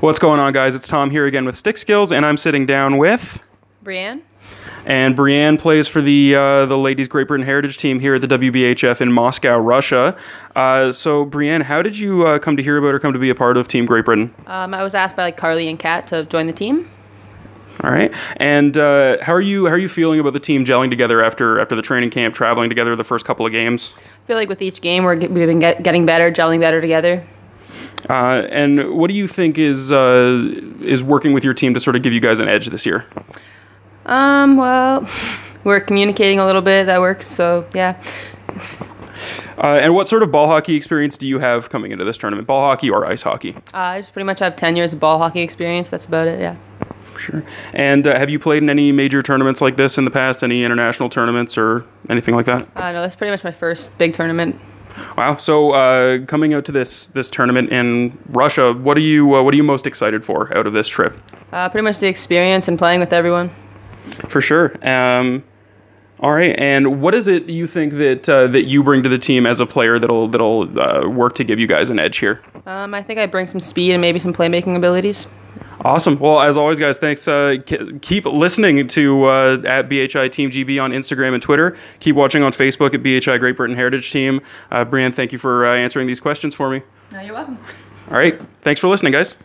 What's going on, guys? It's Tom here again with Stick Skills, and I'm sitting down with. Brienne? And Brienne plays for the uh, the Ladies Great Britain Heritage Team here at the WBHF in Moscow, Russia. Uh, so, Brienne, how did you uh, come to hear about or come to be a part of Team Great Britain? Um, I was asked by like Carly and Kat to join the team. All right, and uh, how are you? How are you feeling about the team gelling together after after the training camp, traveling together the first couple of games? I feel like with each game we're, get- we've been get, getting better, gelling better together. Uh, and what do you think is uh, is working with your team to sort of give you guys an edge this year? Um, well, we're communicating a little bit. That works. So yeah, Uh, and what sort of ball hockey experience do you have coming into this tournament? Ball hockey or ice hockey? uh, I just pretty much have ten years of ball hockey experience. That's about it. Yeah. For sure. And uh, have you played in any major tournaments like this in the past? Any international tournaments or anything like that? Uh, no, that's pretty much my first big tournament. Wow. So uh, coming out to this this tournament in Russia, what are you uh, what are you most excited for out of this trip? Uh, pretty much the experience and playing with everyone. For sure. Um, all right. And what is it you think that uh, that you bring to the team as a player that'll that'll uh, work to give you guys an edge here? Um, I think I bring some speed and maybe some playmaking abilities. Awesome. Well, as always, guys, thanks. Uh, k- keep listening to uh, at BHI Team GB on Instagram and Twitter. Keep watching on Facebook at BHI Great Britain Heritage Team. Uh, Brian, thank you for uh, answering these questions for me. No, you're welcome. All right. Thanks for listening, guys.